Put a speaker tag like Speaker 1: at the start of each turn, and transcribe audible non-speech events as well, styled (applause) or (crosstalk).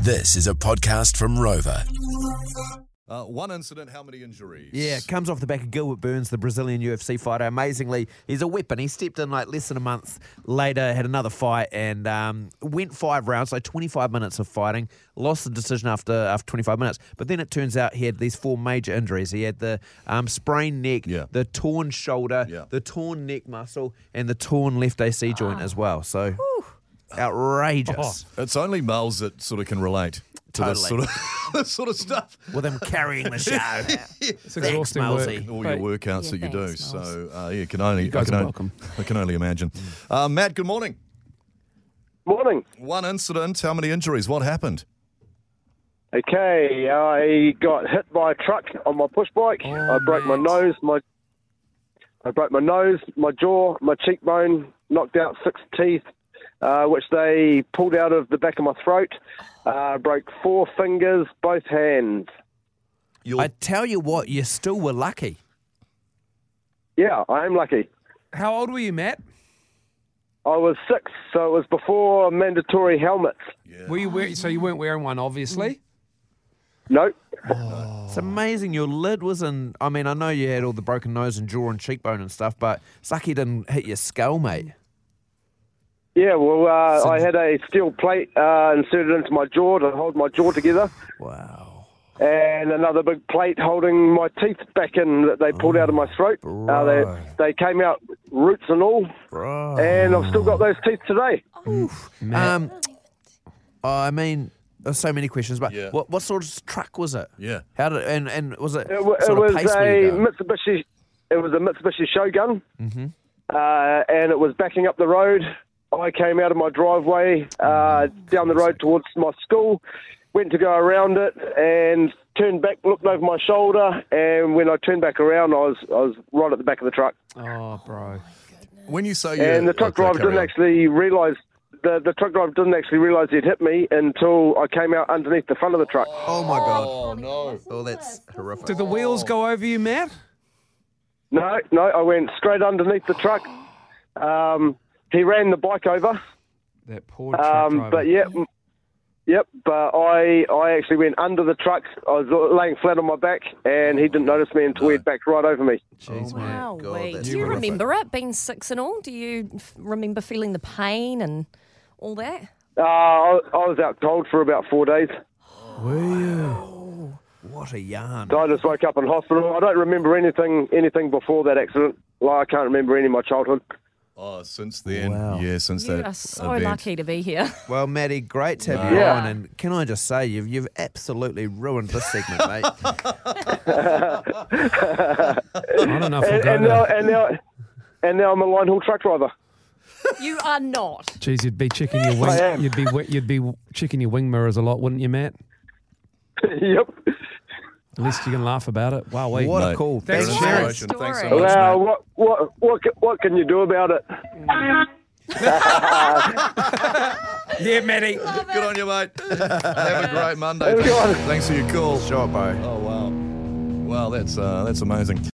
Speaker 1: This is a podcast from Rover.
Speaker 2: Uh, one incident, how many injuries?
Speaker 3: Yeah, comes off the back of Gilbert Burns, the Brazilian UFC fighter. Amazingly, he's a weapon. He stepped in like less than a month later, had another fight, and um, went five rounds, so 25 minutes of fighting. Lost the decision after after 25 minutes. But then it turns out he had these four major injuries. He had the um, sprained neck,
Speaker 2: Yeah.
Speaker 3: the torn shoulder,
Speaker 2: Yeah.
Speaker 3: the torn neck muscle, and the torn left AC joint as well. So outrageous.
Speaker 2: It's only males that sort of can relate to this, sort
Speaker 3: Totally.
Speaker 2: of, (laughs) this sort of stuff.
Speaker 3: With him
Speaker 2: (laughs)
Speaker 3: carrying the show.
Speaker 4: It's exhausting
Speaker 3: Malsey.
Speaker 4: work.
Speaker 2: All
Speaker 4: But-
Speaker 2: your workouts
Speaker 5: Yeah,
Speaker 2: that you do.
Speaker 5: thanks, Miles.
Speaker 2: So, uh, yeah, can only, I,
Speaker 4: guys
Speaker 2: can
Speaker 4: are
Speaker 2: only
Speaker 4: welcome.
Speaker 2: I can only imagine. Uh, Matt, good morning.
Speaker 6: Morning.
Speaker 2: One incident, how many injuries? What happened?
Speaker 6: Okay, I got hit by a truck on my push bike. I broke my nose, my I broke my nose, my jaw, my cheekbone, knocked out six teeth, uh, which they pulled out of the back of my throat. Uh, broke four fingers, both hands.
Speaker 2: Your,
Speaker 3: I tell you what, you still were lucky.
Speaker 6: Yeah, I am lucky.
Speaker 4: How old were you, Matt?
Speaker 6: I was six, so it was before mandatory helmets.
Speaker 4: Were you wear- so you weren't wearing one, obviously.
Speaker 6: Nope.
Speaker 3: It's amazing. Your lid was in. I mean, I know you had all the broken nose and jaw and cheekbone and stuff, but it's like you didn't hit your skull, mate.
Speaker 6: Yeah, well, uh, I had a steel plate uh, inserted into my jaw to hold my jaw together.
Speaker 3: Wow.
Speaker 6: and another big plate holding my teeth back in that they pulled out of my throat. Uh,
Speaker 3: bro.
Speaker 6: they, they came out roots and all,
Speaker 3: Bro.
Speaker 6: and I've still got those teeth today.
Speaker 3: Eh, Um, I mean, there's so many questions, but
Speaker 2: Yeah.
Speaker 3: what, what sort of truck was it?
Speaker 2: Yeah.
Speaker 3: How did and and was it?
Speaker 6: It, w-
Speaker 3: sort
Speaker 6: it
Speaker 3: of
Speaker 6: was
Speaker 3: pace where you Mm-hmm.
Speaker 6: a
Speaker 3: go?
Speaker 6: Mitsubishi. It was a Mitsubishi Shogun, uh, and it was backing up the road. I came out of my driveway uh,
Speaker 3: Mm-hmm.
Speaker 6: down the road towards my school, went to go around it, and turned back, looked over my shoulder, and when I turned back around, I was I was right at the back of the truck.
Speaker 4: Oh, bro.
Speaker 2: when you say you
Speaker 6: And the truck
Speaker 2: okay,
Speaker 6: driver
Speaker 2: carry
Speaker 6: didn't
Speaker 2: on.
Speaker 6: actually realise the, the truck driver didn't actually realise he'd hit me until I came out underneath the front of the truck.
Speaker 3: Oh my god.
Speaker 2: Oh, no.
Speaker 3: Oh, that's
Speaker 6: Mm.
Speaker 3: horrific.
Speaker 4: Did the wheels go over you, Matt?
Speaker 6: No, no, I went straight underneath the truck. Um, he ran the bike over,
Speaker 4: That poor truck
Speaker 6: um,
Speaker 4: driver.
Speaker 6: but yeah, m- yep. But I I actually went under the truck. I was laying flat on my back, and he didn't notice me until he'd backed right over me.
Speaker 4: Jeez, Matt.
Speaker 5: Wow, wait.
Speaker 3: that's
Speaker 5: Do you remember it being six and all? Do you f- remember feeling the pain and all that?
Speaker 6: Uh, I, I was out cold for about four days.
Speaker 3: What a yarn.
Speaker 6: So I just woke up in hospital. I don't remember anything anything before that accident. Like I can't remember any of my childhood.
Speaker 2: Oh, since then.
Speaker 3: Wow.
Speaker 2: Yeah, since
Speaker 5: You
Speaker 2: that.
Speaker 5: are so
Speaker 2: event.
Speaker 5: lucky to be here. (laughs)
Speaker 3: Well, Maddie, great to have you
Speaker 6: Yeah.
Speaker 3: on. And can I just say, you've you've absolutely ruined this segment,
Speaker 2: (laughs)
Speaker 3: mate.
Speaker 4: I don't know if we'll
Speaker 6: and,
Speaker 4: go
Speaker 6: and now
Speaker 4: there.
Speaker 6: and now and now I'm a line haul truck driver. (laughs)
Speaker 5: you are not.
Speaker 4: Jeez, you'd be checking your
Speaker 6: I am.
Speaker 4: wing. You'd be wi- you'd be w- checking your wing mirrors a lot, wouldn't you, Matt?
Speaker 6: yep.
Speaker 4: At least you can laugh about it. Wow, wait.
Speaker 3: what a
Speaker 2: mate.
Speaker 3: call.
Speaker 4: Thanks,
Speaker 3: Thanks,
Speaker 4: Sharon.
Speaker 3: Sharon.
Speaker 2: Thanks so much,
Speaker 5: Story.
Speaker 2: mate.
Speaker 6: Well, what what what ca- what can you do about it?
Speaker 4: Yeah, Matty.
Speaker 2: Good on you, mate. Have a great Monday.
Speaker 6: Have a good one.
Speaker 2: Thanks for your call.
Speaker 3: Shot, bro.
Speaker 2: Oh, wow. Wow, that's, uh, that's amazing.